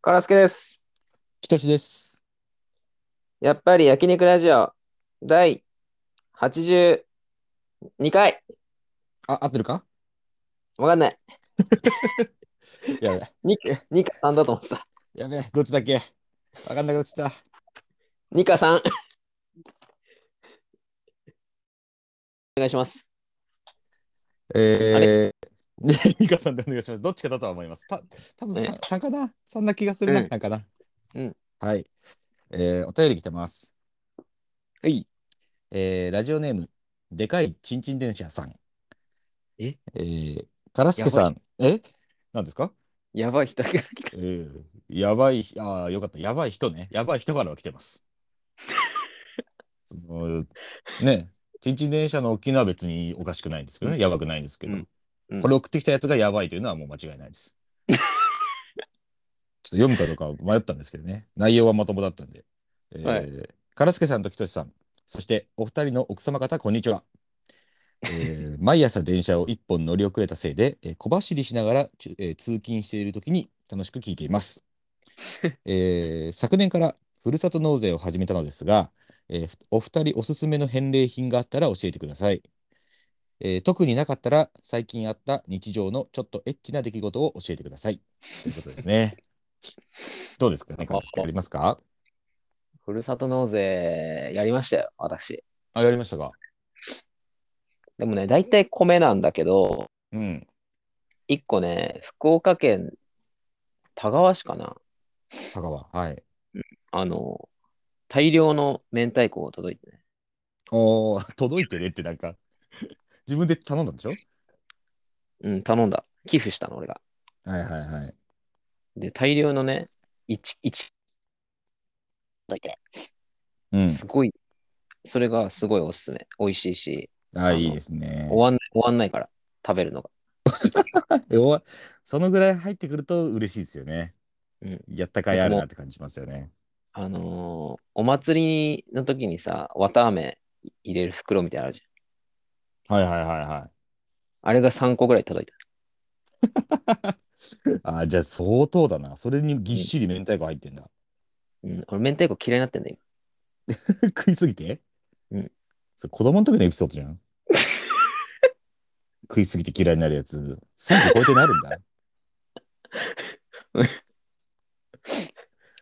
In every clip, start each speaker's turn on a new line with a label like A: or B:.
A: カラスケです。
B: ひとしです。
A: やっぱり焼肉ラジオ第82回。
B: あ、合ってるか
A: わかんない。
B: やべ。
A: 2か3だと思ってた。
B: やべ。どっちだっけわかんなくなっちゃっ
A: 2か3。お願いします。
B: た。え ー。ね、ミカさんでお願いします。どっちかだとは思います。た多分
A: ね
B: さ、3かなそんな気がするな、
A: うん
B: なんかな。
A: うん。
B: はい。えー、お便り来てます。
A: はい。
B: えー、ラジオネーム、でかいちんちん電車さん。
A: え
B: えー、カラスケさん。えなんですか
A: やばい人が来た。
B: えー、やばい、ああ、よかった。やばい人ね。やばい人からは来 てます。そのね、ちんちん電車の大きなは別におかしくないんですけどね。やばくないんですけど。
A: うんうん
B: これ送ってきたやつがやばいというのはもう間違いないです。ちょっと読むかどうか迷ったんですけど ね。内容はまともだったんで。えー
A: は
B: カラスケさんときとしさん、そしてお二人の奥様方、こんにちは。 えー毎朝電車を一本乗り遅れたせいで、えー小走りしながら、ちゅえー通勤しているときに楽しく聞いています、えー昨年からふるさと納税を始めたのですが、えーお二人おすすめの返礼品があったら教えてください、えー特になかったら最近あった日常のちょっとエッチな出来事を教えてくださいということです ねどうですかねカラスケありますか
A: ふるさと納税やりましたよ、私。
B: あやりましたか
A: でもね、大体米なんだけど、
B: うん
A: 1個ね、福岡県田川市かな。
B: 香川はい
A: あの、大量の明太子が届いてね。
B: おー届いてねってなんか 自分で頼んだんでしょ
A: うん、頼んだ。寄付したの、俺が。
B: はいはいはい。
A: で、大量のね、一一届い
B: うん
A: て、すごい、それがすごいおすすめ。美味しいし、
B: ああ、いいですね。
A: 終わんない、終わんないから、食べるのが。
B: えおわそのぐらい入ってくると嬉しいですよね。
A: うん
B: やったかいあるなって感じしますよね。
A: あのーお祭りの時にさ、綿あめ入れる袋みたいなのあるじ
B: はいはいはいは
A: ゃん。あれが3個ぐらい届いた。
B: い。ああ、じゃあ相当だな。それにぎっしり明太子入ってんだ。
A: うん、俺、明太子嫌いになってんだよ、
B: 食いすぎて
A: うん。
B: それ子供の時のエピソードじゃ ん。食いすぎて嫌いになるやつ。30超えてなるんだ。
A: 今。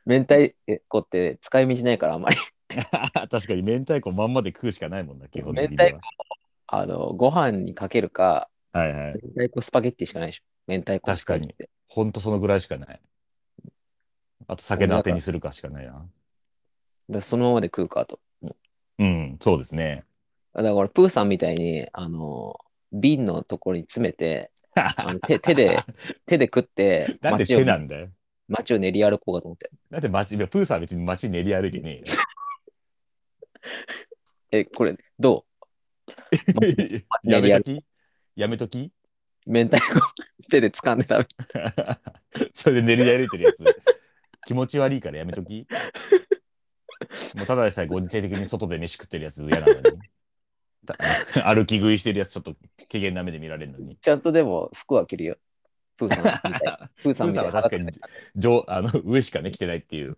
A: 明太子って使い道ないから、あんまり。
B: 確かに明太子まんまで食うしかないもんな、基本的に
A: 明太
B: は。
A: あの、ご飯にかけるか、
B: はいはい。
A: 明太子スパゲッティしかないでしょ。明太子スパゲッティって。
B: ほんとそのぐらいしかない。あと酒のあてにするかしかないな。
A: だからそのままで食うかと。
B: うん、そうですね。
A: だから俺、プーさんみたいに、あの、瓶のところに詰めて、あの手手 で、手で食って、
B: なんで
A: 街を
B: 手なんだよ。
A: 街を練り歩こうかと思って。
B: なんで街、いやプーさんは別に街練り歩いてね
A: え、これ、ど
B: えよ。
A: 街
B: や
A: 練り歩
B: めときやめとき
A: う明太子 手で掴んで食べる。
B: それで練り歩いてるやつ。気持ち悪いからやめときもうただでさえご時世的に外で飯食ってるやつ嫌なのに。た あの歩き食いしてるやつちょっと怪げな目で見られるの に。
A: ちゃんとでも服は着るよ。プーさんみた い。プー
B: プ
A: さん
B: ー
A: みたい
B: さん
A: な
B: は確かに上あの上しかね着てないっていう。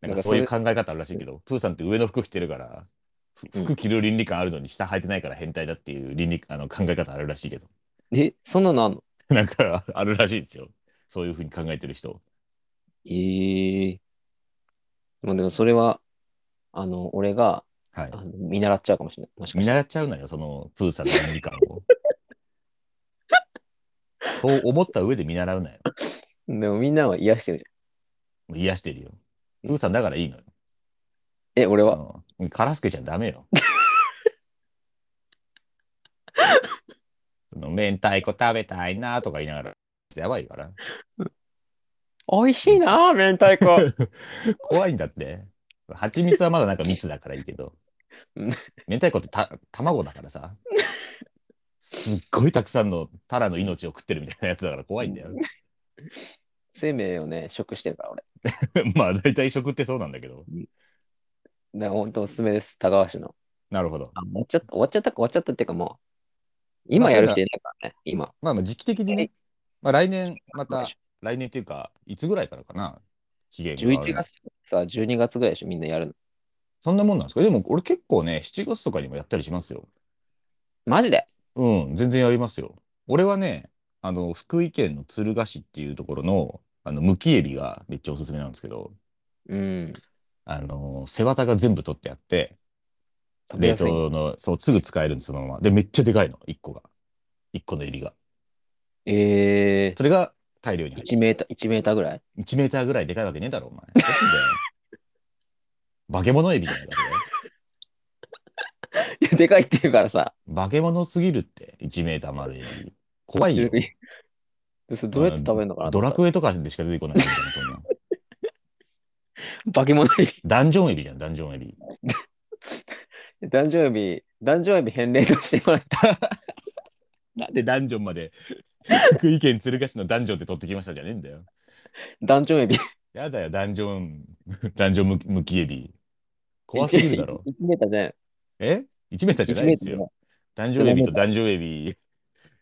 B: なんかそういう考え方あるらしいけど、プーさんって上の服着てるから、ふ
A: うん
B: 服着る倫理観あるのに下履いてないから変態だっていう倫理あの考え方あるらしいけど、
A: え、そんなのあんの
B: なんかあるらしいですよ。そういうふうに考えてる人。
A: えー。まあでもそれは、あの、俺が
B: はい
A: あ。の見習っちゃうかもしれない。もしか
B: 見
A: して。
B: 習っちゃうなよ、そのプーさんの倫理観 を。そう思った上で見習うなよ。
A: でもみんなは癒してるじ
B: 癒してるよ。プーさんだからいいのよ。
A: ゃん。え、俺は
B: そのカラスケちゃんダ メよ。その明太子食べたいなとか言いながら、やばいから。
A: 美味しいなあ、明太子。
B: 怖いんだって。蜂蜜はまだなんか蜜だからいいけど
A: うん。
B: 明太子ってた卵だからさ。すっごいたくさんのタラの命を食ってるみたいなやつだから怖いんだよ。
A: 生命をね、食してるから俺。
B: まあ大体食ってそうなんだけど。
A: だから本当おすすめです。田川市の。
B: なるほど。
A: あ、もうちょっと終わっちゃったか、終わっちゃったっていうかもう、今やる人いないからね、今。
B: まあまあ時期的にね、まあ来年また来年っていうか、いつぐらいからかな、期限が。
A: 11。月さ、12月ぐらいでしょ、みんなやるの。
B: そんなもんなんですかでも、俺結構ね、7月とかにもやったりしますよ。
A: マジで
B: うん、全然やりますよ。俺はね、あの、福井県の敦賀市っていうところの、あの、むきエビがめっちゃおすすめなんですけど、
A: うん。
B: あの、背わたが全部取ってあって、
A: 食べ
B: 冷
A: やすい。
B: 凍の、そう、すぐ使えるんです、そのまま。で、めっちゃでかいの、1個が。1個のエビが。
A: え
B: それが大量に
A: ー、
B: 入っ
A: 1
B: てる。
A: メーター、1メーターぐらい
B: 1メーターぐらいでかいわけねえだろ、お前。どうすんだよ 化け物エビじゃないか、それ。
A: いやでかいって言うからさ。
B: 化け物すぎるって、1メーター丸エビ。怖いよ。
A: それどうやって食べるのかな
B: ドラ
A: エ
B: クエとかでしか出てこないみたいな、そんな。
A: 化け物エビ。
B: ダンジョンエビじゃん、ダンジョンエビ。
A: 男女エビ、男女エビ返礼としてもらって。
B: なんでダンジョンまで、福井県鶴ヶ市のダンジョンって取ってきましたじゃねえんだよ。
A: 男女エビ。
B: やだよ、ダンジ ョン、ダンジョンむむきエビ。怖すぎる だろ。
A: 1メーターじゃない。
B: え ?1 メーターじゃ
A: 1
B: ない
A: メ
B: で
A: ーター
B: す
A: じゃない
B: よ。ダンジョンエビとダンジョンエビ、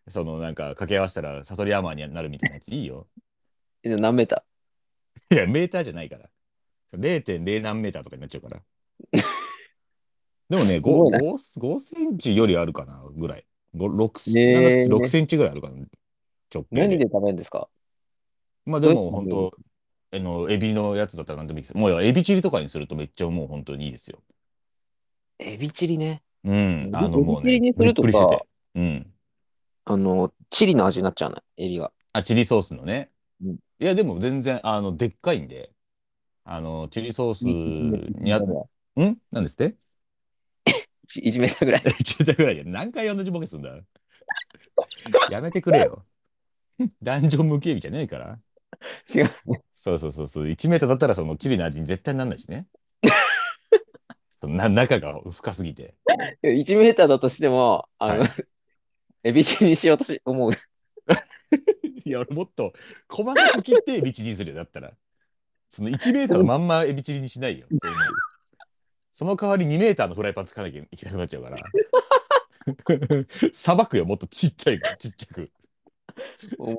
B: そのなんか掛け合わせたらサソリアーマーになるみたいなやついいよ。
A: えじゃあ何メータ
B: いや、メーターじゃないから。0.0何メーターとかになっちゃう から。でもね、
A: ごいな
B: 5, 5センチよりあるかなぐらい。ご6、
A: ねえ
B: 7 6センチぐらいあるかな。直
A: ー何
B: 径
A: で
B: で。
A: 食べるんですか
B: まあでも
A: どうやっ
B: 本
A: て
B: 当あの、エビのやつだったら何でもいいです。もうエビチリとかにするとめっちゃもう本当にいいですよ。
A: エビチリね。
B: うん。あの
A: エビ
B: もう
A: エ
B: ね、
A: ビチリにす
B: びっ
A: るとか
B: くりしてて。うん。
A: あの、チリの味になっちゃうね、エビが。
B: あ、チリソースのね。
A: うん
B: いや、でも全然、あの、でっかいんで、あの、チリソースにあ、んなんですって
A: 1メーター ぐらい。
B: ちょっとぐらいや。何回同じボケすんだやめてくれよ。ダンジョン無形じゃねえから。
A: 違う。
B: そうそうそうそう。1メーターだったらそのチリの味に絶対なんないしね。そのな中が深すぎて。
A: 1メーターだとしても、あの、
B: は
A: エビチリにしようとし思う。
B: いや、俺もっと細かく切ってエビチリにするよ。だったら。その1メーターのまんまエビチリにしないよ。その代わり2メーターのフライパンつかなきゃいけなくなっちゃ うから。さばくよ、もっとちっちゃいから、ちっちゃく。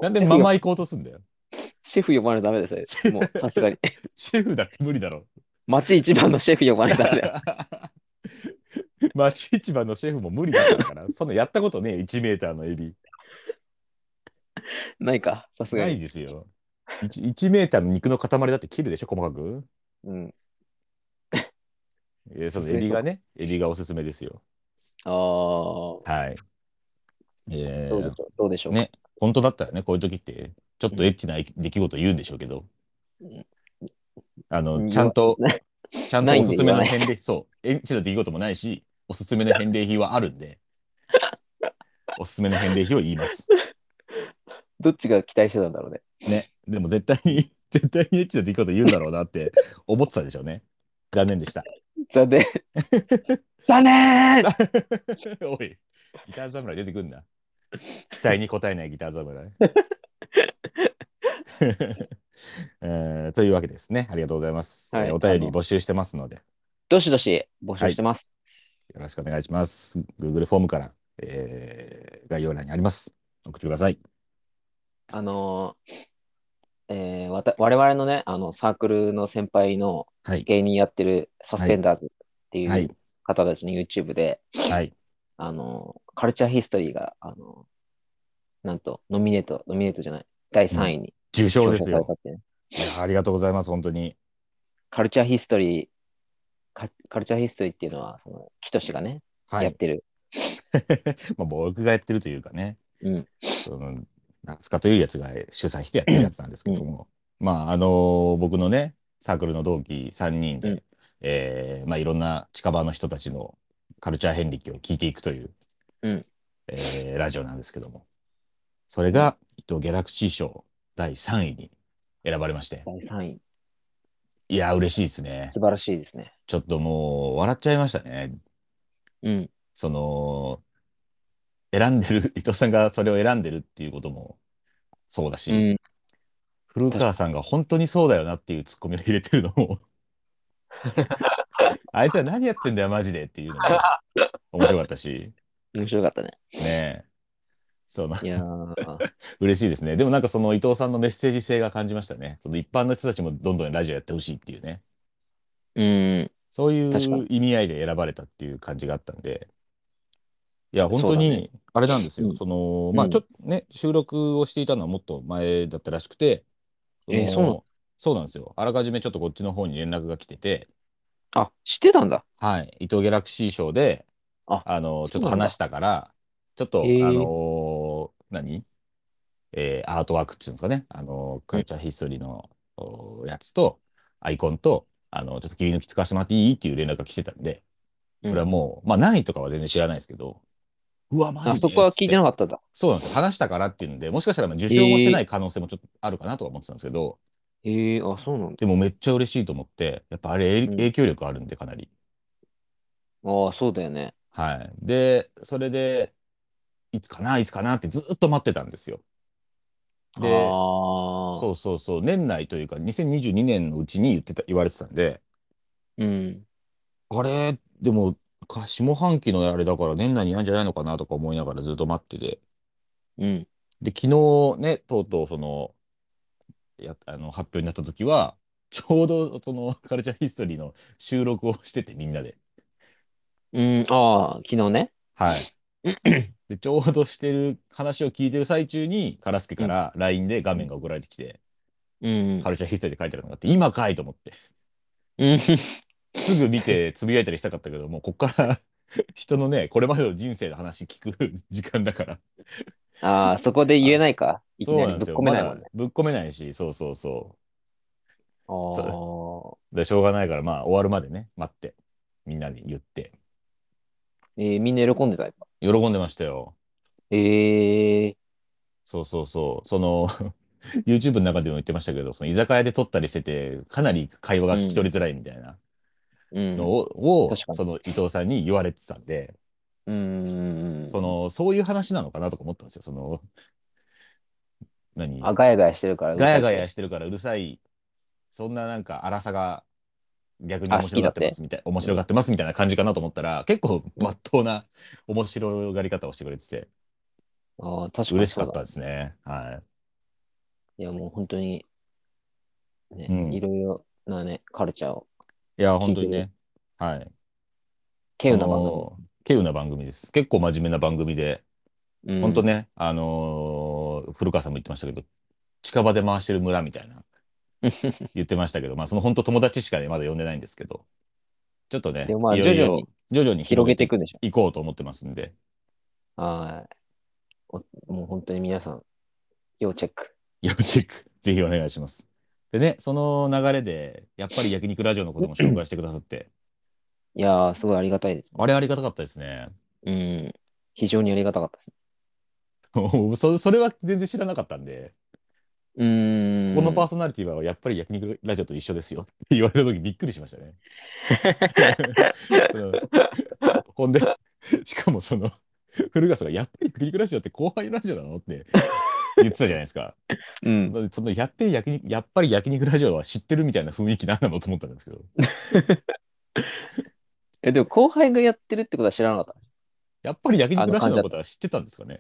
B: なんでまんま行こうとすんだよ。
A: シェフ呼ばないとダメです よ。もう、さすがに。
B: シェフだって無理 だろ。
A: 町一番のシェフ呼ばないとダメだよ。
B: 町市場のシェフも無理だったから、そんなやったことねえ、1メーターのエビ。
A: ないか、さすが
B: ない
A: に。
B: ですよ。1, 1メーターの肉の塊だって切るでしょ、細かく。
A: うん。
B: えーそのエビがね、エビがおすすめですよ。
A: ああ、ど
B: はい。え
A: うで
B: ー
A: しょう。どうでしょう。
B: ね本当だったらね、こういう時って、ちょっとエッチな出来事言うんでしょうけど
A: うん、
B: あ
A: う
B: の、
A: ん
B: ちゃんと
A: な、
B: ちゃん
A: な
B: と
A: い
B: お
A: んです
B: すめ
A: 言わな
B: の
A: い
B: 返礼、そう、エッチな出来事もないし、おすすめの返礼品はあるん で、おすすめの返礼品を言います。
A: どっちが期待してたんだろうね。
B: ね、でも絶対に、絶対にエッチな出来事言うんだろうなって思ってたでしょうね。残念でした。
A: 残 念。残念
B: おい、ギター侍出てくんな。期待に応えないギター侍。 えーというわけですね。ありがとうございます。
A: はい
B: えーお便り募集してますので、よ
A: どしどし募集してます。
B: ろしくお願いします。Google フォームから、えー概要欄にあります。送ってください。
A: あのーえーわた我々のね、あのサークルの先輩の
B: はい。
A: 芸人やってるサスペンダーズってい
B: は
A: う
B: い。
A: 方たちの YouTube で、
B: はい。
A: あのーカルチャーヒストリーが、あのーなんとノミネート、ノミネートじゃない、第3位に
B: 受賞です
A: され
B: よ
A: た。ってね、
B: いやありがとうございます。本当に。
A: カルチャーヒストリー、カカルチャーヒストリーっていうのは、そのキトシがね、
B: は
A: やっ
B: い。
A: てる。
B: まあ、僕がやってるというかね。
A: うん。
B: その、夏かというやつが主催してやってるやつなんですけども、まあ、あの僕のね、サークルの同期3人で、
A: うん
B: えーまあ、いろんな近場の人たちのカルチャー遍歴を聞いていくという、
A: うん
B: えーラジオなんですけども、それが、伊藤ギャラクシー賞第3位に選ばれまして、
A: 第3位。
B: いやー、嬉しいですね
A: 素。晴らしいですね。
B: ちょっともう、笑っちゃいましたね。
A: うん。
B: その、選んでる、伊藤さんがそれを選んでるっていうこともそうだし、
A: うん。
B: 古川さんが本当にそうだよなっていうツッコミを入れてるの もあいつは何やってんだよマジでっていうのも面白かったし
A: 面白かったね。
B: ねえそうまあ
A: いやー
B: 嬉しいですね。でもなんかその伊藤さんのメッセージ性が感じましたね。その一般の人たちもどんどんラジオやってほしいっていうね。
A: うん、
B: そうい
A: 確か
B: う
A: に
B: 意味合いで選ばれたっていう感じがあったんで。いや、本当
A: そうだ
B: に、あれなんですよ。
A: うん
B: その、まあ
A: うん
B: ちょっとね、収録をしていたのはもっと前だったらしくて、
A: えー
B: そ
A: そうな
B: の
A: の
B: そうなんですよ。あらかじめちょっとこっちの方に連絡が来てて、
A: あ、知ってたんだ。
B: はい、伊藤ギャラクシー賞で、
A: あ
B: の、ち
A: そ
B: ょ
A: う
B: っと
A: なんだ
B: 話したから、ちょっと、あ
A: へー
B: のー何えーアートワークっていうんですかね、あのーカルチャーヒストリーのおやつと、アイコンと、あの、ちょっと切り抜き使わせてもらっていいっていう連絡が来てたんで、
A: うん
B: これはもう、まあ何位とかは全然知らないですけど、うわ、マジで
A: あそこは聞いてな
B: っつっ
A: かったんだ。
B: そうなんですよ。話したからっていうんで、もしかしたらまあ受賞もしてない可能性もちょっとあるかなとは思ってたんですけど、
A: ええあ、そうなんだ。
B: でもめっちゃ嬉しいと思って、やっぱあれ、
A: うん
B: 影響力あるんで、かなり。
A: ああ、そうだよね。
B: はい。で、それで、いつかな、いつかなってずっと待ってたんですよ。
A: ああ
B: で、そうそうそう、年内というか、2022年のうちに言ってた、言われてたんで、
A: ー、うん。
B: あれ、でも、か下半期のあれだから年内にやんじゃないのかなとか思いながらずっと待ってて、
A: うん。
B: で、昨日ね、とうとう、その、や、あの、発表になった時は、ちょうど、その、カルチャーヒストリーの収録をしてて、みんなで。
A: うん、ああ、昨日ね。
B: はい。で、ちょうどしてる話を聞いてる最中に、カラスケから LINE で画面が送られてきて、
A: うん。
B: カルチャーヒストリーで書いてあるのがあって、今かいと思って、
A: うん。
B: すぐ見てつぶやいたりしたかったけど、もうこっから人のね、これまでの人生の話聞く時間だから。
A: ああ、そこで言えないか。いき
B: そう
A: な
B: な
A: り
B: ん
A: ぶ
B: で
A: っ
B: すよ。
A: 込めないも
B: ま
A: ん
B: だ
A: ね。
B: ぶっ込めないし、そうそうそ
A: ああ。
B: う。で、しょうがないから、まあ終わるまでね、待って、みんなに言って。
A: ええみんな喜んでた。やっぱ
B: 喜んでましたよ。
A: ええ
B: そうそうそう。その、YouTube の中でも言ってましたけど、その居酒屋で撮ったりしてて、かなり会話が聞き取りづらいみたいな
A: うん。
B: のを、を
A: 確かに
B: その伊藤さんに言われてたんで、
A: うん。
B: その、そういう話なのかなとか思ったんですよ。その、何
A: あ、ガヤガヤしてるから。
B: ガヤガヤしてるからうるさい。そんななんか荒さが逆に
A: あ
B: 面白がってま
A: 好きだっ
B: すみたい、面白がってますみたいな感じかなと思ったら、結構真っ当な面白がり方をしてくれてて、
A: ああ、確かにそうだ
B: 嬉しかったですね。はい
A: や、もう本当に、ね、
B: うん
A: いろいろなね、カルチャーを、
B: い。いや、本当にね。はい。
A: 稀有な
B: そ
A: 番
B: の稀有な番組です。結構真面目な番組で、
A: 組。うん
B: 本当。ね、あのー古川さんも言ってましたけど、近場で回してる村みた いな言ってましたけど、まあ、その本当友達しかね、まだ呼んでないんですけど、ちょっとね、
A: でもまあ
B: いよいよ
A: 徐々に
B: 徐々に
A: 広げてい
B: い
A: くんでしょ。
B: 行こうと思ってますんで、
A: はい。おもう本当に皆さん、要チェック。
B: 要チェック、 ぜひお願いします。でね、その流れで、やっぱり焼肉ラジオのことも紹介してくださって、
A: いやー、すごいありがたいです。
B: あれありがたかったですね。
A: うん。非常にありがたかったです。
B: そそれは全然知らなかったんで、
A: うーん。
B: このパーソナリティはやっぱり焼肉ラジオと一緒ですよって言われるときびっくりしまし たね。うんほんで、しかもその、古川さんがやっぱり焼肉ラジオって後輩ラジオなのって言ってたじゃないですか。
A: う
B: そ
A: ん。
B: のそのやっぱり焼肉、やっぱり焼肉ラジオは知ってるみたいな雰囲気なんなのと思ったんですけど、
A: え、でも後輩がやってるってことは知らなかった。い
B: やっぱり焼肉ラジオのことは知ってたんですかね。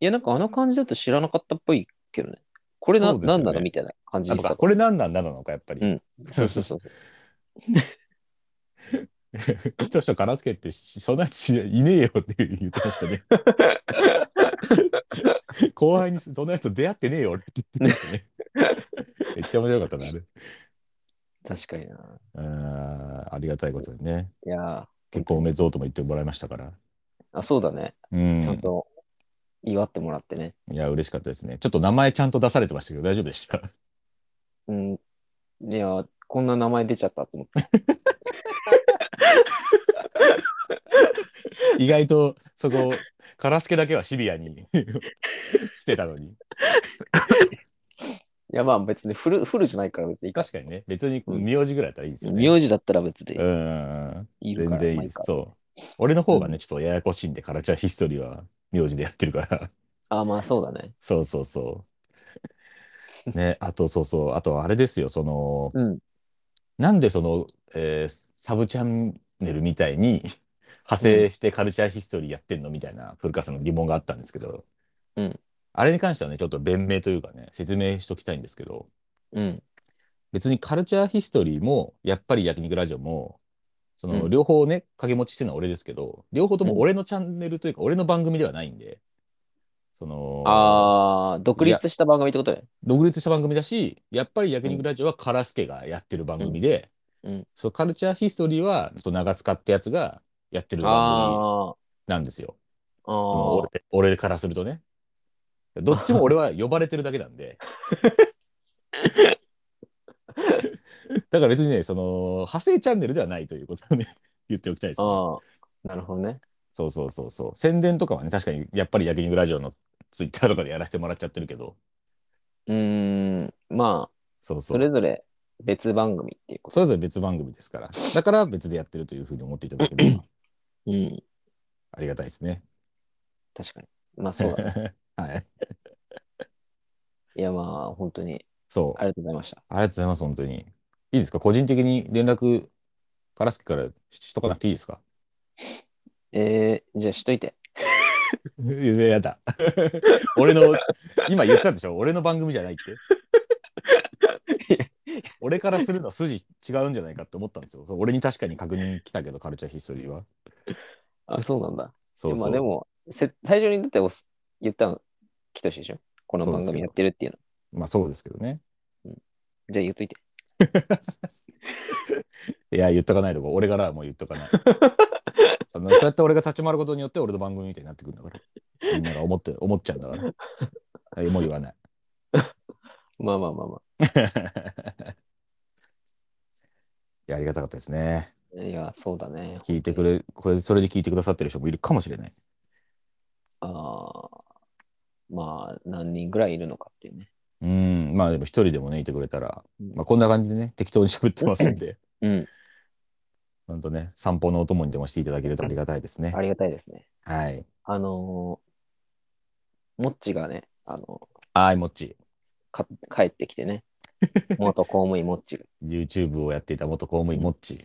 A: や、なんかあの感じだと知らなかったっぽいけどね。これな、
B: そうですよ
A: な
B: ね
A: んなのみたいな感じ
B: あ
A: でし
B: と
A: た
B: か、
A: か
B: これなんなんなのか、やっぱり。
A: うんら。そうそうそうそう。
B: きっとしとからすけって、しそんなやついねえよって言ってました ね。後輩にそんなやつと出会ってねえよ俺って言ってま したね。めっちゃ面白かったな、あれ。
A: 確かにな。
B: あーありがたいことにね。
A: いやー
B: 結婚おめでとうとも言ってもらいましたから。
A: あ、そうだね。
B: う
A: ちゃん
B: ん。
A: と祝ってもらってね。
B: いや、嬉しかったですね。ちょっと名前ちゃんと出されてましたけど、大丈夫でした。
A: うん。いや、こんな名前出ちゃったと思って。
B: 意外と、そこ、カラスケだけはシビアに してたのに。
A: いや、まあ別にフル、フルじゃないから別にいいか
B: 確かにね、別に名字ぐらいだったらいいですよね。
A: 名字だったら別で
B: うん。
A: いるから。
B: 全然いい
A: まあい
B: で
A: い
B: す
A: か。
B: そう。俺の方がね、ちょっとややこしいんで、カラチャーヒストリーは名字でやってるから。
A: あ、まあそうだね。
B: そうそうそう。ね、あとそうそう、あとあれですよ、その、
A: うん。
B: なんでその、えーサブチャンネルみたいに派生してカルチャーヒストリーやってんのみたいな古川さんの疑問があったんですけど、
A: うん
B: あれに関してはねちょっと弁明というかね説明しときたいんですけど
A: うん。
B: 別にカルチャーヒストリーもやっぱり焼肉ラジオもその
A: うん
B: 両方ね掛け持ちしてるのは俺ですけど両方とも
A: うん
B: 俺のチャンネルというか俺の番組ではないんでその
A: ああ、独立した番組ってことね。
B: 独立した番組だし、やっぱり焼肉ラジオはカラスケがやってる番組で、
A: うんうん
B: そうカルチャーヒストリーはちょっと長塚ってやつがやってる番組
A: あ
B: なんですよ。
A: あ、
B: そ
A: あ
B: の
A: あ。
B: 俺俺からするとね。どっちも俺は呼ばれてるだけな んで。だから別にね、その派生チャンネルではないということをね、 言っておきたいです、ね。
A: ああ、なるほどね。
B: そうそうそうそう。宣伝とかはね、確かにやっぱり焼肉ラジオのツイッターとかでやらせてもらっちゃってるけど、
A: うーん、まあ、
B: そうそ
A: そ
B: う。
A: れぞれ別番組っていうこ
B: そ
A: と。
B: れぞれ別番組ですから。だから別でやってるというふうに思っていただければ
A: うん、
B: ありがたいですね。
A: 確かに。まあ、そう だね。
B: はい。
A: いや、まあ、本当に、
B: そう。
A: ありがとうございました。
B: ありがとうございます、本当に。いいですか個人的に連絡、カラスキからしとかなくていいですか
A: えー、じゃあ、しといて。
B: いややだ。 俺の、今言ったでしょ俺の番組じゃないって。俺からするのは筋違うんじゃないかって思ったんですよ。そう俺に確かに確認来たけど、カルチャーヒストリーは。
A: あ、そうなんだ。
B: そう
A: ま
B: そ
A: あ、
B: う。
A: でも、せ最初にだっておす言ったの、きとしでしょこの番組やってるっていうの。
B: まあそうですけどね。
A: じゃあ、言っといて。
B: いや、言っとかないとこ。俺からはもう言っとかない。そのそうやって俺が立ち回ることによって俺の番組みたいになってくるんだから。みんなが思って、思っちゃうんだから。はい、もう言わない。
A: まあまあまあま
B: いや、ありがたかったですね。
A: あ。いや、そうだね。
B: 聞いてくれ、これ、それで聞いてくださってる人もいるかもしれない。
A: ああ、まあ、何人ぐらいいるのかっていうね。
B: うん、まあでも一人でもね、いてくれたら、
A: うん
B: まあこんな感じでね、適当に喋ってますんで、
A: うん、
B: ほんとね、散歩のお供にでもしていただけるとありがたいですね
A: あ。りがたいですね。
B: はい。
A: あのー、もっちがね、あの
B: あい、もっち。
A: か、帰ってきて ね、元公務員もっち
B: YouTube をやっていた元公務員、もっち。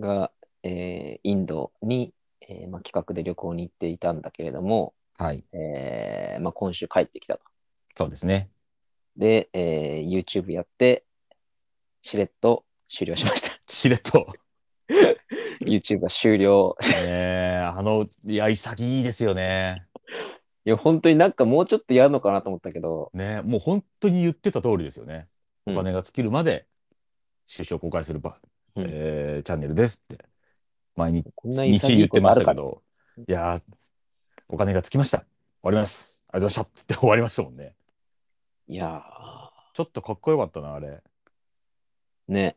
A: が、えーインドに、えーまあ、企画で旅行に行っていたんだけれども、
B: はい。
A: えーまあ、今週帰ってきたと。
B: そうですね。
A: で、えー YouTube やって、しれっと終了しました。
B: しれっと。
A: YouTube が終了。
B: ねえあの、いや、潔いですよね。
A: いや、本当になんかもうちょっとやるのかなと思ったけど、
B: ねえもう本当に言ってた通りですよね。
A: う
B: お
A: ん
B: 金が尽きるまで、出資を公開するば、
A: うん
B: えーチャンネルですって、毎日
A: こんな潔い
B: 日言ってましたけ
A: こ
B: ど、いやー、お金が尽きました。終わります。ありがとうございました。つって終わりましたもんね。
A: いや
B: ちょっとかっこよかったな、あれ。
A: ー、ね。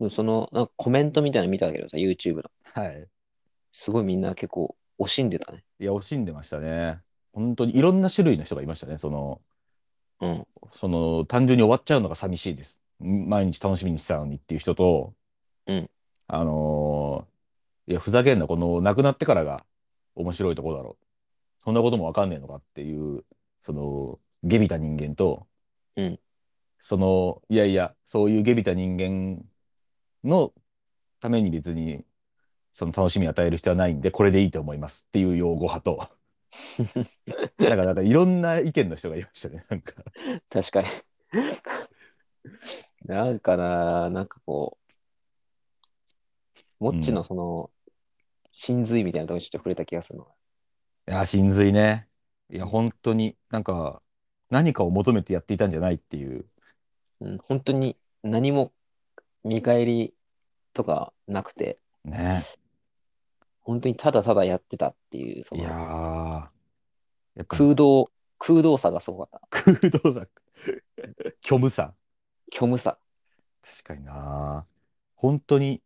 A: でもその、なんかコメントみたいなの見たけどさ、YouTube の。
B: はい。
A: すごいみんな結構惜しんでたね。
B: いや、惜しんでましたね。本当にいろんな種類の人がいましたね。その、
A: うん。
B: その単純に終わっちゃうのが寂しいです。毎日楽しみにしてたのにっていう人と、
A: うん
B: あのーいや、ふざけんな、この亡くなってからが面白いとこだろう。そんなこともわかんねえのかっていう、その、下びた人間と、
A: うん
B: その、いやいや、そういう下びた人間のために別に、その楽しみを与える必要はないんで、これでいいと思いますっていう擁護 派と、なんか、なんかいろんな意見の人がいましたね、なんか。
A: 確かに。 なんかな、なんかこう、もっちのその、真髄みたいなとこにちょっと触れた気がするの。
B: いや、真髄ね。いや、本当に、なんか、何かを求めてやっていたんじゃないっていう。
A: うん、本当に何も見返りとかなくて、
B: ね。
A: 本当にただただやってたっていう、そ
B: いやー。
A: の
B: やっぱ
A: 空洞、空洞さがすごかった。
B: 空洞さ。 虚無さ。
A: 虚無さ。
B: 確かにな。本当に、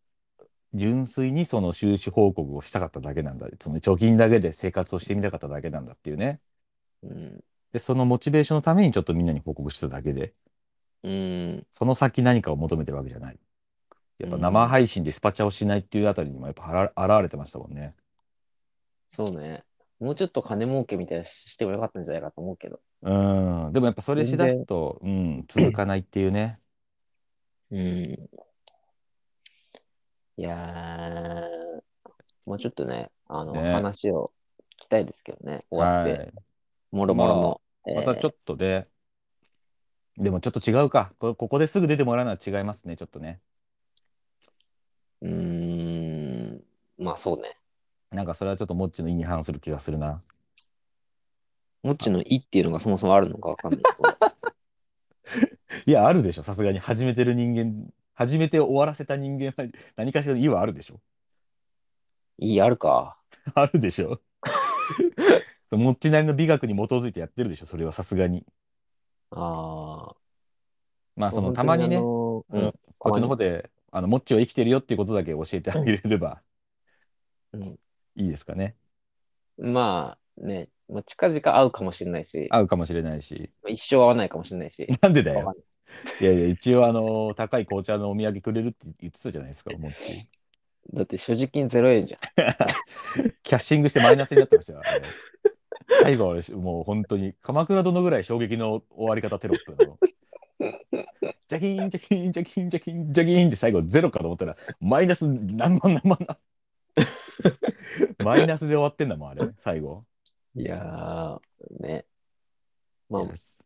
B: 純粋にその収支報告をしたかっただけなんだ。その貯金だけで生活をしてみたかっただけなんだっていうね。
A: うん。
B: で、そのモチベーションのためにちょっとみんなに報告してただけで、
A: うん。
B: その先何かを求めてるわけじゃない。やっぱ生配信でスパチャをしないっていうあたりにもやっぱあら現れてましたもんね。
A: そうね。もうちょっと金儲けみたいなししてもよかったんじゃないかと思うけど。
B: うん、でもやっぱそれしだすと、うん、続かないっていうね。
A: うんいやー、まあちょっとね、あの、
B: ね
A: 話を聞きたいですけどね、終わって、
B: はい
A: もろもろの。
B: またちょ
A: っ
B: っとで、でもちょっと違うか。こここですぐ出てもらうのは違いますね、ちょっとね。
A: と。うーん、まあそうね。
B: なんかそれはちょっとモッチの意に反する気がするな。
A: もっちの「い」っていうのがそもそもあるのかわかんないけど。
B: いや、あるでしょ、さすがに。始めてる人間、始めて終わらせた人間は、 何かしらの意はあるでしょ。
A: いい、あるか。
B: あるで しょ。モッチなりの美学に基づいてやってるでしょ、それはさすがに。
A: ああ。
B: まあ、その
A: 本当
B: たまにね
A: あ、の
B: うん
A: うん
B: こっちの方で、あの、モッチは生きてるよっていうことだけ教えてあげれれば
A: うん
B: いいですかね。
A: まあね、まあ、近々会うかもしれないし、
B: 合うかもしれないし。
A: 一生会わないかもしれ ないし。
B: なんでだ
A: わかん。な
B: よ
A: い
B: いやいや、一応、あの、高い紅茶のお土産くれるって言ってたじゃないですか、モッチ。
A: だって所持金0円じゃん。
B: キャッシングしてマイナスになってましたよ。あ れ最後はもう本当に鎌倉殿ぐらい衝撃の終わり方テロップの。ジャキーンジャキーンジャキーンジャキーンジャキーンって最後ゼロかと思ったらマイナス何 万何万何万マイナスで終わってんだもんあれ最後。
A: いやー、ね。まあ、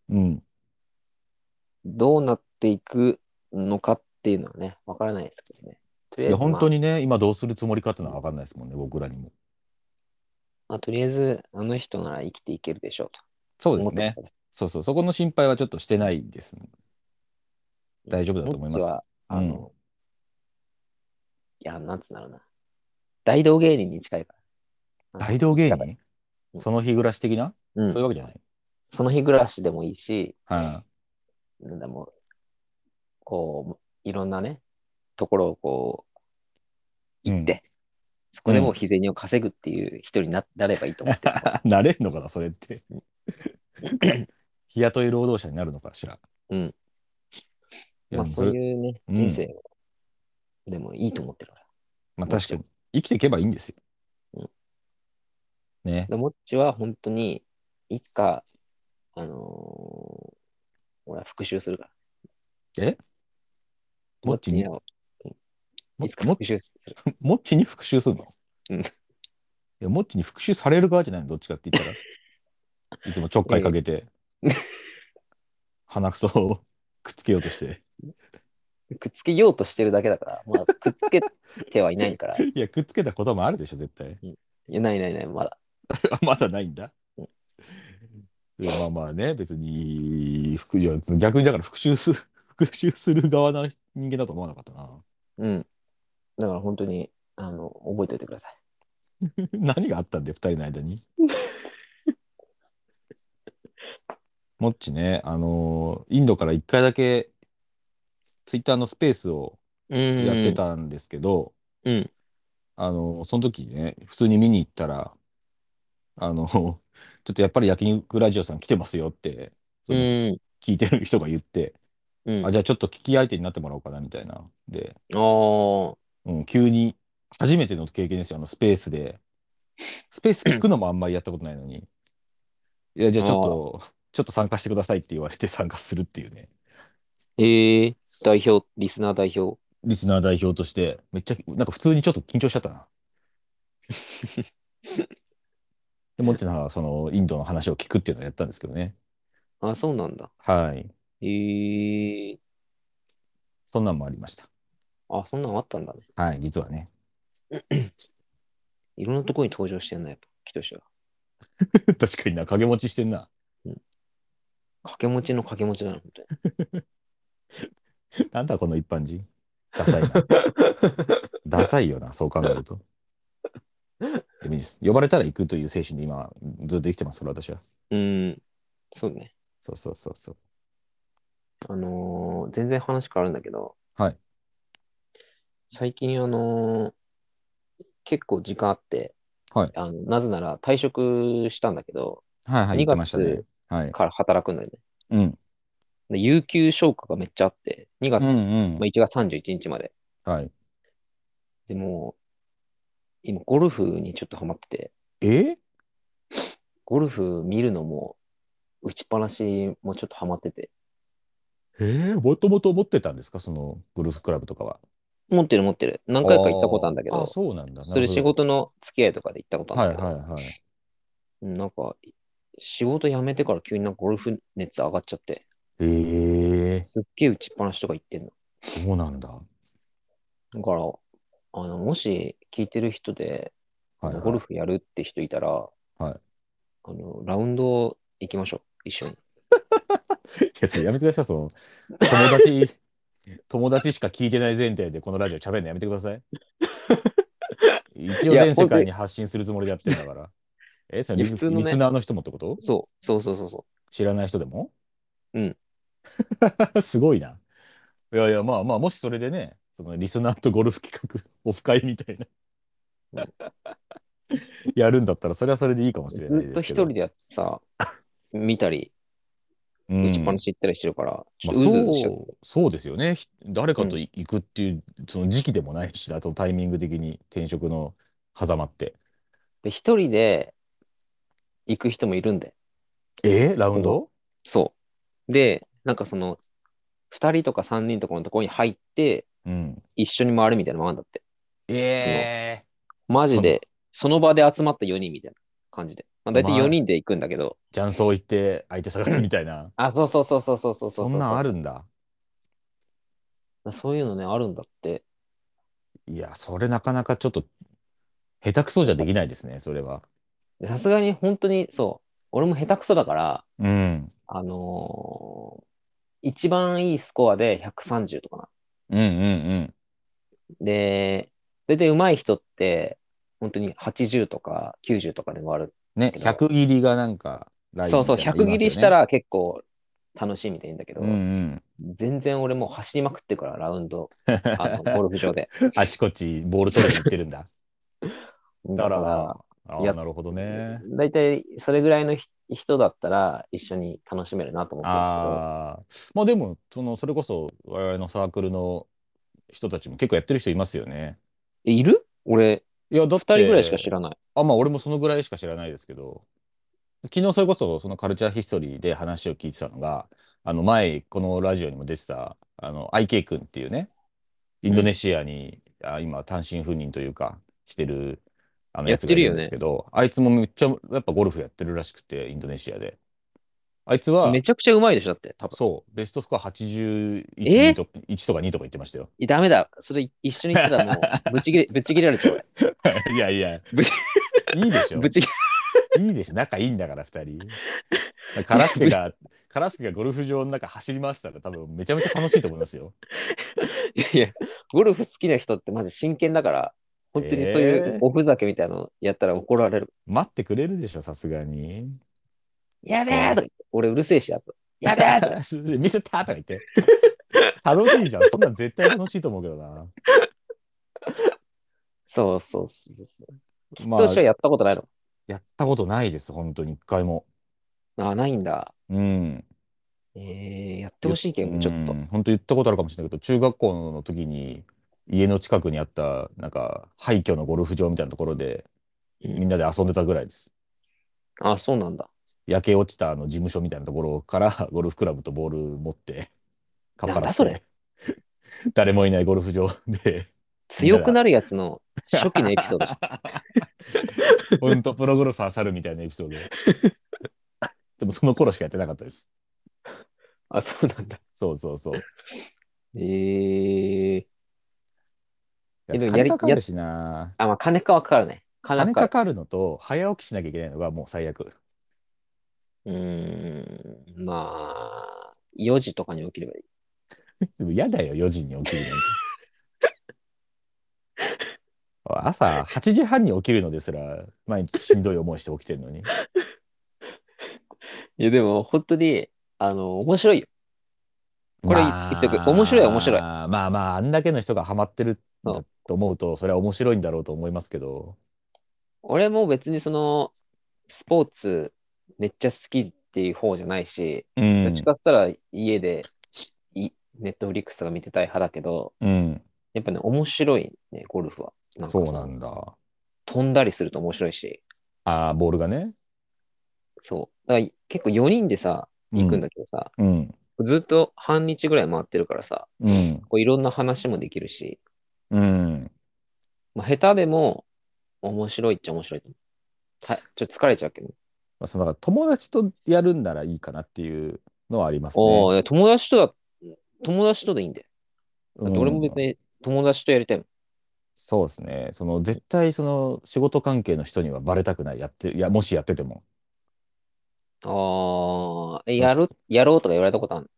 B: うん。
A: どうなっていくのかっていうのはね、わからないですけどね。とりあ
B: い
A: え
B: や
A: ず、
B: 本当
A: に、
B: にね今どうするつもりかってのは分かんないですもんね僕らにも。
A: まあ。とりあえず、あの人なら生きていけるでしょうと
B: そうですね
A: 思。って
B: そうそうそこの心配はちょっとしてないです。
A: ます
B: 大丈夫だと思います
A: モッチは、あ
B: うん
A: の、いや、なんつうんだろうな。大道芸人に近いから。
B: 大道芸
A: だから
B: 人その日暮らし的な、
A: うん
B: そういうわけじゃない。
A: その日暮らしでもいいし、
B: はい。
A: なんだもう、こう、いろんなね、ところをこう、行って、
B: う
A: そこでもう日銭を稼ぐっていう人にななればいいと思ってる。
B: なれん のかな、それって。日雇い労働者になるのかしら。
A: うん。
B: いや
A: まあ
B: でも
A: そういうね、
B: うん
A: 人生でもいいと思ってるから。
B: まあ確かに、生きていけばいいんですよ。ね。
A: でもっちは本当に、いつか、あのー俺は復讐するから。
B: えもっちに
A: もっ
B: も
A: い
B: っ
A: つか
B: も
A: 復讐する。
B: もっちに復讐するの
A: うん
B: いや、もっちに復讐される側じゃないの、どっちかって言った ら。いつもちょっかいかけて
A: ええ、
B: 鼻くそをくっつけようとして。
A: くっつけようとしてるだけだ から、まだくっつけてはいないから。い
B: いや、くっつけたこともあるでしょ、絶対。
A: やないないない、まだ。
B: あまだないんだ
A: うん。
B: でもまあまあね、別に、復いや逆にだから復讐す、復讐する側の人間だと思わなかったな。
A: うん。だから本当に、あの、覚えておいてください。
B: 何があったんで、二人の間 に。もっちね、あのーインドから一回だけ、ツイッターのスペースを
A: うん
B: やって。たんですけど、
A: うん。
B: あの、その時ね、普通に見に行ったら、あの、ちょっとやっぱり焼肉ラジオさん来てますよって、その
A: うん。
B: 聞いてる人が言って、
A: うん。
B: あ、じゃあちょっと聞き相手になってもらおうかなみたいな。で、
A: あー
B: うん、急に、初めての経験ですよ、あのスペースで。スペース聞くのもあんまりやったことないのに。いや、じゃあちょっと、ちょっと参加してくださいって言われて参加するっていうね。
A: ええ代表、リスナー代表。
B: リスナー代表として、めっちゃ、なんか普通にちょっと緊張しちゃったな。でもってのは、その、インドの話を聞くっていうのをやったんですけどね。
A: あ、そうなんだ。
B: はい。
A: ええ
B: そんなんもありました。
A: あ、そんなのあったんだね。
B: はい、実はね。
A: いろんなところに登場してんな、やっぱ、キトシは。
B: 確かにな、掛け持ちしてんな。
A: 掛け持ちの掛け持ちなの、本当に。
B: なんだこの一般人。ダサいな。 ダサいよな、そう考えると。でもいいです。呼ばれたら行くという精神で今、ずっと生きてますから、私は。
A: うん。そうね。
B: そうそうそうそう。
A: あのー全然話変わるんだけど。
B: はい。
A: 最近、あのー結構時間あって、
B: はい
A: あのなぜなら退職したんだけど、
B: はいはい、
A: 2
B: 行ってましたね
A: 月。
B: はい。
A: から働くんだよね。
B: うん。
A: で有給消化がめっちゃあって、2月、
B: うんうん
A: まあ、。1月31日まで。
B: はい。
A: でもう、今ゴルフにちょっとハマってて、
B: え
A: ゴルフ見るのも、打ちっぱなしもちょっとハマってて、
B: えー、もともと思ってたんですかそのゴルフクラブとかは。
A: 持ってる持ってる。何回か行ったことあるんだけ
B: あーあ
A: ど、
B: そうなんだ。
A: それ仕事の付き合いとかで行ったことあ
B: な
A: る
B: る
A: ん
B: ほ
A: だ
B: ど
A: け
B: は
A: ど、
B: いはいはい。
A: うんなんか、仕事辞めてから急になんかゴルフ熱上がっちゃって、
B: ええ
A: すっげえ打ちっぱなしとか行ってんの。
B: そうなんだ。
A: だから、あの、もし聞いてる人で、
B: はい、
A: ゴルフやるって人いたら、
B: はい
A: あのラウンド行きましょう、一緒に。
B: いやそれやめてください、その友達、友達しか聞いてない前提でこのラジオ喋るのやめてくださ い。一応
A: いや
B: 全世界に発信するつもりでやってんだから。え、そのリ
A: いや
B: ス
A: 普通のね
B: リスナーの人もってこと
A: そう、そうそうそうそ
B: 知らない人でも
A: うん。
B: すごいな。いやいや、まあまあ、もしそれでね、そのリスナーとゴルフ企画、オフ会みたいな。 やるんだったら、それはそれでいいかもし
A: う。
B: れ
A: ず
B: ない
A: っ
B: で
A: と
B: すけ
A: 一
B: ど。
A: 人でやってさ、見たり、
B: うん
A: 打ちっぱなし行ったりしてるから、ち
B: ま
A: ょ
B: あ、
A: っとうずうずしちゃう。
B: そうそうですよね。ひ誰かとい行くっていう、その時期でもないし、あとタイミング的に転職の狭間って。
A: で、一人で行く人もいるんで、
B: えーラウンド
A: そう。で、なんかその、二人とか三人とかのところに入って、
B: うん。
A: 一緒に回るみたいなのもあるんだって。
B: え
A: マジで、その場で集まった4人みたいな感じで。まあ、大体
B: まあ
A: 4人で行くんだけど、
B: ー、雀荘行って相手探すみたいな。
A: あ、そうそうそうそうそうそうう
B: そんなんあるんだ。
A: そういうのね、あるんだって。
B: いや、それなかなかちょっと、下手くそじゃできないですね、それは。
A: でさすがに本当にそう、俺も下手くそだから、
B: うん。
A: あのー一番いいスコアで130とかな。
B: うんうん
A: で、大体上手い人って、本当に80とか90とかで回る。
B: うん。ね、100切りがなんか、ライン
A: そうそう、
B: みたいなの
A: 100
B: 言いますよね
A: 切りした、ら結構楽しいみたいんだけど、
B: うんうん。
A: 全然俺もう走りまくってるから、ラウン ド、あのゴルフ場で。
B: あちこちボール取りに行っ てるんだ。だから、あ
A: いや
B: ーなるほどね。
A: 大体それぐらいのひ人だったら一緒に楽しめるなと思ってる
B: ああ、まあでも、その、それこそ、我々のサークルの人たちも結構やってる人いますよね。
A: んだけど。えいる俺、
B: いや、だっ
A: 二人ぐらいしか知
B: ない。
A: らない。
B: あ、まあ俺もそのぐらいしか知らないですけど、昨日それこそ、そのカルチャーヒストリーで話を聞いてたのが、あの、前、このラジオにも出てた、あの、IK 君っていうね、インドネシアに、あ、今、単身赴任というか、してる、あの、
A: や
B: や
A: っ
B: つ
A: て
B: がい
A: る
B: る
A: よ
B: ん
A: ね
B: ですけど、あいつもめっちゃ、やっぱゴルフやってるらしくて、インドネシアで。あいつは、
A: めちゃくちゃうまいでしょ、だって、多分。
B: そう、ベストスコア81
A: え
B: と1とか2とか言ってましたよ。
A: いダメだ。それ一緒に行ったらもう、ぶち切れ、ぶち切れられちゃう。
B: いやいや、
A: ぶち
B: いいでしょ
A: 俺ぶ。ち切
B: いいでしょ。仲いいんだから、2人。カラスケが、カラスケがゴルフ場の中走り回ってたら、多分めちゃめちゃ楽しいと思いますよ。
A: れ。いや、ゴルフ好きな人ってマジ真剣だから、本当にそうい
B: えー
A: うおふざけみたいなのやったら怒られる。
B: 待ってくれるでしょ、さすがに。
A: やべえとか言って俺うるせえし、あと。やべえとか
B: 見せたとか言って。楽しいじゃん。そんなん絶対楽しいと思うけどな。
A: そうそうそうそう。
B: ま
A: 当初は
B: あ、
A: やったことないの。
B: やったことないです、本当に、一回も。
A: ああ、ないんだ。
B: うん。
A: えー、やってほしいけど、ちょっと。
B: 本当言ったことあるかもしれないけど、中学校の時に家の近くにあった、なんか廃墟のゴルフ場みたいなところ
A: うん
B: で、みんなで遊んでたぐらいです。
A: あ、そうなんだ。
B: 焼け落ちたあの事務所みたいなところから、 ゴルフクラブとボール持って、かっぱ
A: なん
B: ら
A: だ
B: って
A: それ
B: 誰もいないゴルフ場で、
A: 強くなるやつの初期のエピソードじ ゃん。
B: 本当プロゴルファー猿みたいなエピソード。 でもその頃しかやってなかったです。
A: あ、そうなんだ。
B: そうそうそう。
A: えー。
B: い
A: で
B: や
A: もや
B: 金
A: り
B: かかるしな。
A: あ、まあ、金かはかかるね。金
B: 金
A: か
B: か
A: か
B: かるのと、早起きしなきゃいけないのがもう最悪。
A: る。うーん。まあ、4時とかに起きればいい。
B: でも嫌だよ、4時に起 きるなんて。朝8時半に起きるのですら、毎日しんどい思いして起きてるのに。
A: いや、でも、本当に、あの、面白いよ。これ言っとく面白い面白い
B: まあまあまあ、あんだけの人がハマってるんだと思うと、それは面白いんだろうと思いますけど。
A: 俺も別にその、スポーツめっちゃ好きっていう方じゃないし、
B: う
A: どっ
B: ん
A: ち。かっつったら家で、いネットフリックスとか見てたい派だけど、
B: うん。
A: やっぱね、面白いね、ゴルフは。なんか
B: そうな
A: の
B: んだ。
A: 飛んだりすると面白いし、
B: ああ、ボールがね。
A: そう。だから結構4人でさ、行くんだけどさ、
B: うん。
A: ずっと半日ぐらい回ってるからさ、
B: うん。
A: こういろんな話もできるし、
B: うん。
A: まあ、下手でも面白いっちゃ面白いと思う。たちょっと疲れちゃうけど。
B: まあ、そのなんか友達とやるんならいいかなっていうのはあります
A: お
B: ね。
A: お、友達とだ、友達とでいいんだよ。だ
B: う
A: っ
B: ん
A: て俺も別に友達とやりたいもん。
B: そうですね。その絶対その仕事関係の人にはバレたくない。やって、いや、もしやってても。
A: ああ、えやる、やろうとか言われたことある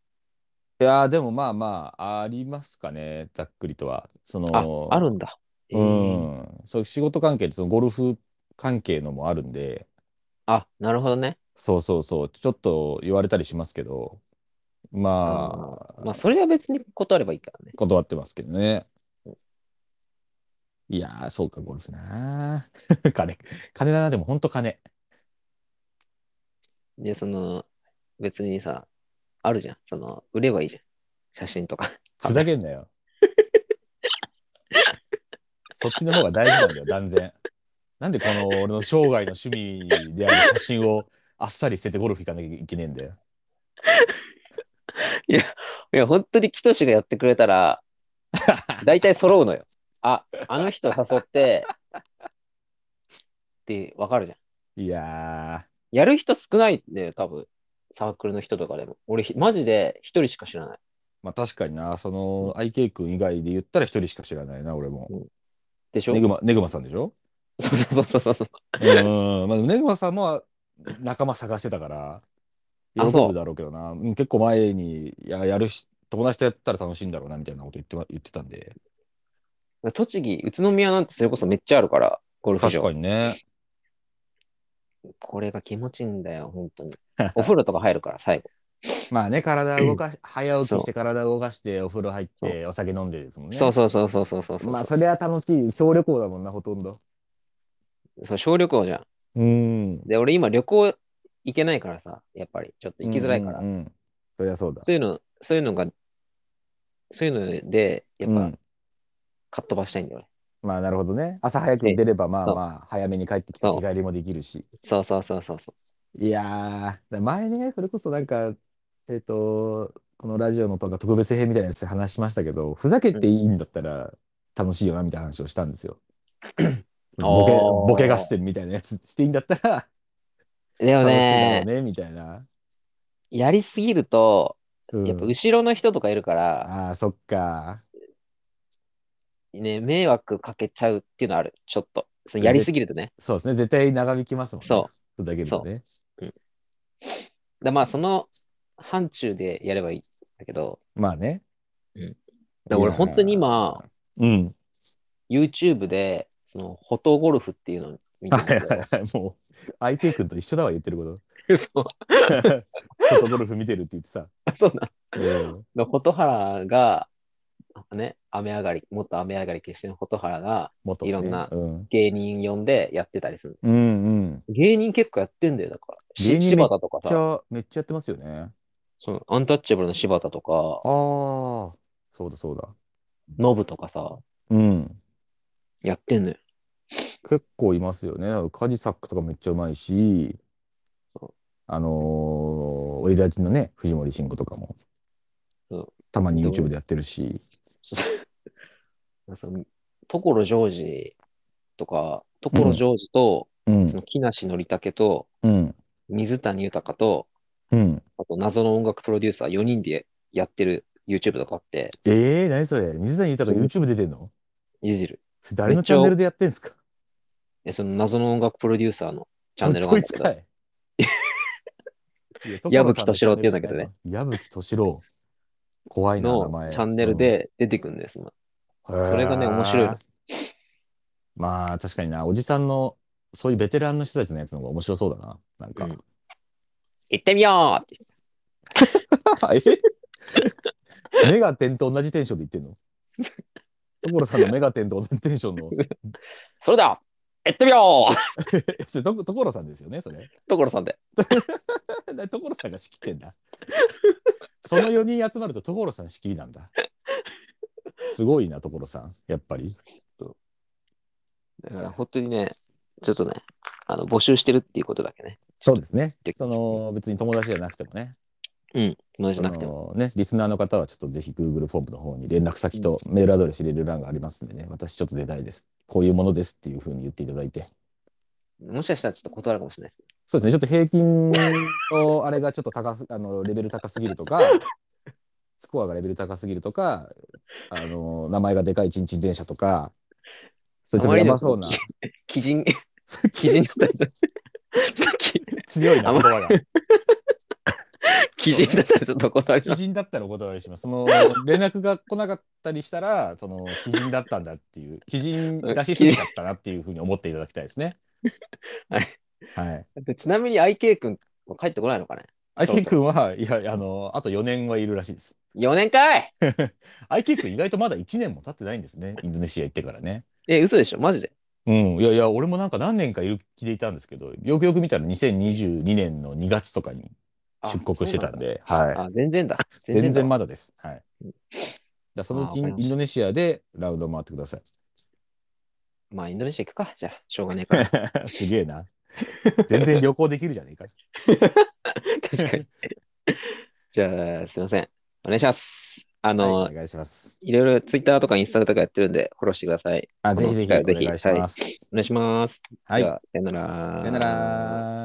B: いやー、でもまあまあ、ありますかね。ざっくりとは。そ
A: の
B: の、
A: あ、あるんだ。え
B: う
A: ー
B: ん。そういう仕事関係で、そのゴルフ関係のもあるんで、
A: あ、なるほどね。
B: そうそうそう。ちょっと言われたりしますけど、ま
A: あ
B: あ
A: ー、まあ、それは別に断ればいいからね。
B: 断ってますけどね。いやー、そうか、ゴルフなー。 金、金だな、でも本当金。
A: で、その、別にさ、あるじゃん。その、売ればいいじゃん。写真とか。
B: ふざけんなよ。そっちの方が大事なんだよ、断然。なんでこの俺の生涯の趣味である写真をあっさり捨ててゴルフ行かなきゃいけねえんだよ。
A: いや、本当にキトシがやってくれた ら、大体揃うのよ。あ、あの人誘って、 ってわかるじゃん。
B: いや
A: やる人少ないんだよ、多分。サークルの人とかでも。俺、ひマジで一人しか知らない。
B: ー、まあ確かにな、その IK 君以外で言ったら一人しか知らないな、俺も。
A: でしょ
B: ネグマ、ネグマさんでしょ
A: そうそうそうそうそう。
B: うん、まあ、ネグマさんも仲間探してたから、
A: あ
B: 喜
A: そう
B: ぶだろうけどな、うん結構前にややるし、友達とやったら楽しいんだろうなみたいなこと言ってま言ってたんで、
A: 栃木、宇都宮なんてそれこそめっちゃあるから、ゴルフ
B: 確
A: 場。
B: かにね、
A: これが気持ちいいんだよ、本当 に。お風呂とか入るから、最後。
B: まあね、体動かし、早起きして体動かして、お風呂入って、お酒飲んでですもんね。
A: そうそうそうそうそうそうそう。
B: まあ、それは楽しい、小旅行だもんな、ほとんど。
A: そう、小旅行じゃん。
B: うん。
A: で、俺今旅行行けないからさ、やっぱり、ちょっと行きづらいから
B: うん。うんうんそりゃそうだ。
A: そういうの、そういうのが、そういうので、やっ
B: う
A: ぱ、
B: ん
A: かっ飛ばしたいんだよね。
B: まあ、なるほどね。朝早く出れば、まあ
A: そう
B: まあ、早めに帰ってきて、
A: そう
B: 日帰りもできるし。
A: そうそうそうそうそ
B: いやー、だ前ね、それこそなんか、えっと、このラジオのとか特別編みたいなやつで話しましたけど、ふざけていいんだったら楽しいよなみたいな話をしたんで すよ。ボケ、
A: あー
B: ボケ合戦みたいなやつしていいんだったら
A: う。でも
B: 楽しいだ
A: ね
B: ろうね、みたいな。
A: やりすぎると、
B: うん
A: やっぱ後ろの人とかいるから、
B: ああ、そっか。
A: ね、迷惑かけちゃうっていうのはある。ちょっと。そのやりすぎるとね。
B: そうですね。絶対長引きますもんね。
A: そ
B: ふざけるとね。
A: だまあ、その範疇でやればいいんだけど、
B: まあね。
A: だから俺
B: いやー
A: 本当に今、
B: うん。
A: YouTube で、その、フォトゴルフっていうのを見て
B: は
A: るんだ
B: い
A: け
B: はいはい。もう、IK 君と一緒だわ、言ってること。
A: ど そう
B: フォトゴルフ見てるって言ってさ。
A: あそうなん
B: うん
A: だ蛍原が、ね、雨上がり、もっと雨上がり決しての蛍原が
B: 元
A: いろんな
B: ねうん
A: 芸人呼んでやってたりする。
B: うんうん。
A: 芸人結構やってんだよ、だから。し
B: 芸人め
A: 柴田とか
B: めっち
A: さ、
B: ゃ、めっちゃやってますよね。あ
A: そのアンタッチャブルの柴田とか
B: あ、、そうだそうだ。
A: ノブとかさ、
B: うん。
A: やってんのよ。
B: 結構いますよね。カジサックとかめっちゃうまいし
A: そう、
B: あのー、オリラジのね、藤森慎吾とかも
A: そう、
B: たまに YouTube でやってるし、
A: そうその所ジョージとか、所ジョージと、
B: う
A: そ
B: ん、
A: の木梨憲武と、
B: うん、
A: 水谷豊と、
B: うん。
A: あと謎の音楽プロデューサー4人でやってる YouTube とかあって、
B: ええー、何それ水谷豊 YouTube 出てんの
A: ゆずる。
B: それ誰のチャンネルでやってんすか
A: えその謎の音楽プロデューサーのチャンネルがあ
B: そ
A: る
B: い
A: んだ
B: つ
A: けど
B: かい。
A: 矢吹敏郎って言うんだけどね。
B: 矢吹敏郎。怖いな、名
A: の
B: 前。
A: チャンネルで出てくるんです。
B: うん、
A: それがね
B: へー
A: 面白いの
B: まあ、確かにな、おじさんの、そういうベテランの人たちのやつの方が面白そうだな。なんか。
A: うん行ってみようって
B: え メガテンと同じテンションで言ってんの 所さんのメガテンと同じテンションの。
A: それだ行ってみよう
B: えそれと所さんですよね、それ。
A: 所さんで。
B: な所さんが仕切ってんだ。その4人集まると所さん仕切りなんだ。すごいな、所さん。やっぱり。
A: だから本当にね、ちょっとね、あの募集してるっていうことだけね。
B: そうですね
A: で
B: その別に友達じゃなくてもね。
A: うん。無料じ
B: そ
A: ゃなくても。
B: のね、リスナーの方はちょっとぜひ Google フォームの方に連絡先とメールアドレス入れる欄がありますんでね、私ちょっと出たいです。こういうものですっていうふうに言っていただいて。
A: もしかしたらちょっと断るかもしれない。
B: そうですね、ちょっと平均のあれがちょっと高す、あの、レベル高すぎると か、スコアがレベル高すぎるとか、あの、名前がでかいちんちん電車とか、それちょっとやばそうな、
A: 基 人、 基人だったら、ちょっとき
B: 強いな、言葉が。
A: 基人だったらちょっと 断り
B: 基
A: ます。
B: 人だったらお断りします。その、連絡が来なかったりしたら、その、基人だったんだって いう、基人出しすぎちゃったなっていうふうに思っていただきたいですね。
A: はい。
B: はい。
A: でちなみに IK 君は帰ってこないのかね
B: 愛犬くんは、いや、あの、あと4年はいるらしいです。
A: ?4 年かい
B: 愛犬くん意外とまだ1年も経ってないんですね。インドネシア行ってからね。
A: え、嘘でしょマジで。
B: うん。いやいや、俺もなんか何年かいる気でいたんですけど、よくよく見たら2022年の2月とかに
A: あ
B: 出国してたんで、
A: そうなんだ
B: は
A: あ、全然 だ。
B: い。全
A: だ。
B: 然まだです。はい。だからそのうち
A: あわかりました
B: インドネシアでラウンド回ってください。
A: まあ、インドネシア行くか。じゃあ、しょうがね えから。
B: すげえな。全然旅行できるじゃねえか。
A: 確かに。 じゃあ、すいません。お願いします。 あの、
B: はい、お願いします。
A: いろいろツイッターとかインスタとかやってるんで、フォローしてください。
B: あ、ぜひぜひお
A: ぜひ
B: 願いします。
A: お願いします。
B: はい。
A: じ
B: さ
A: ゃあ、さよなら。
B: よなら。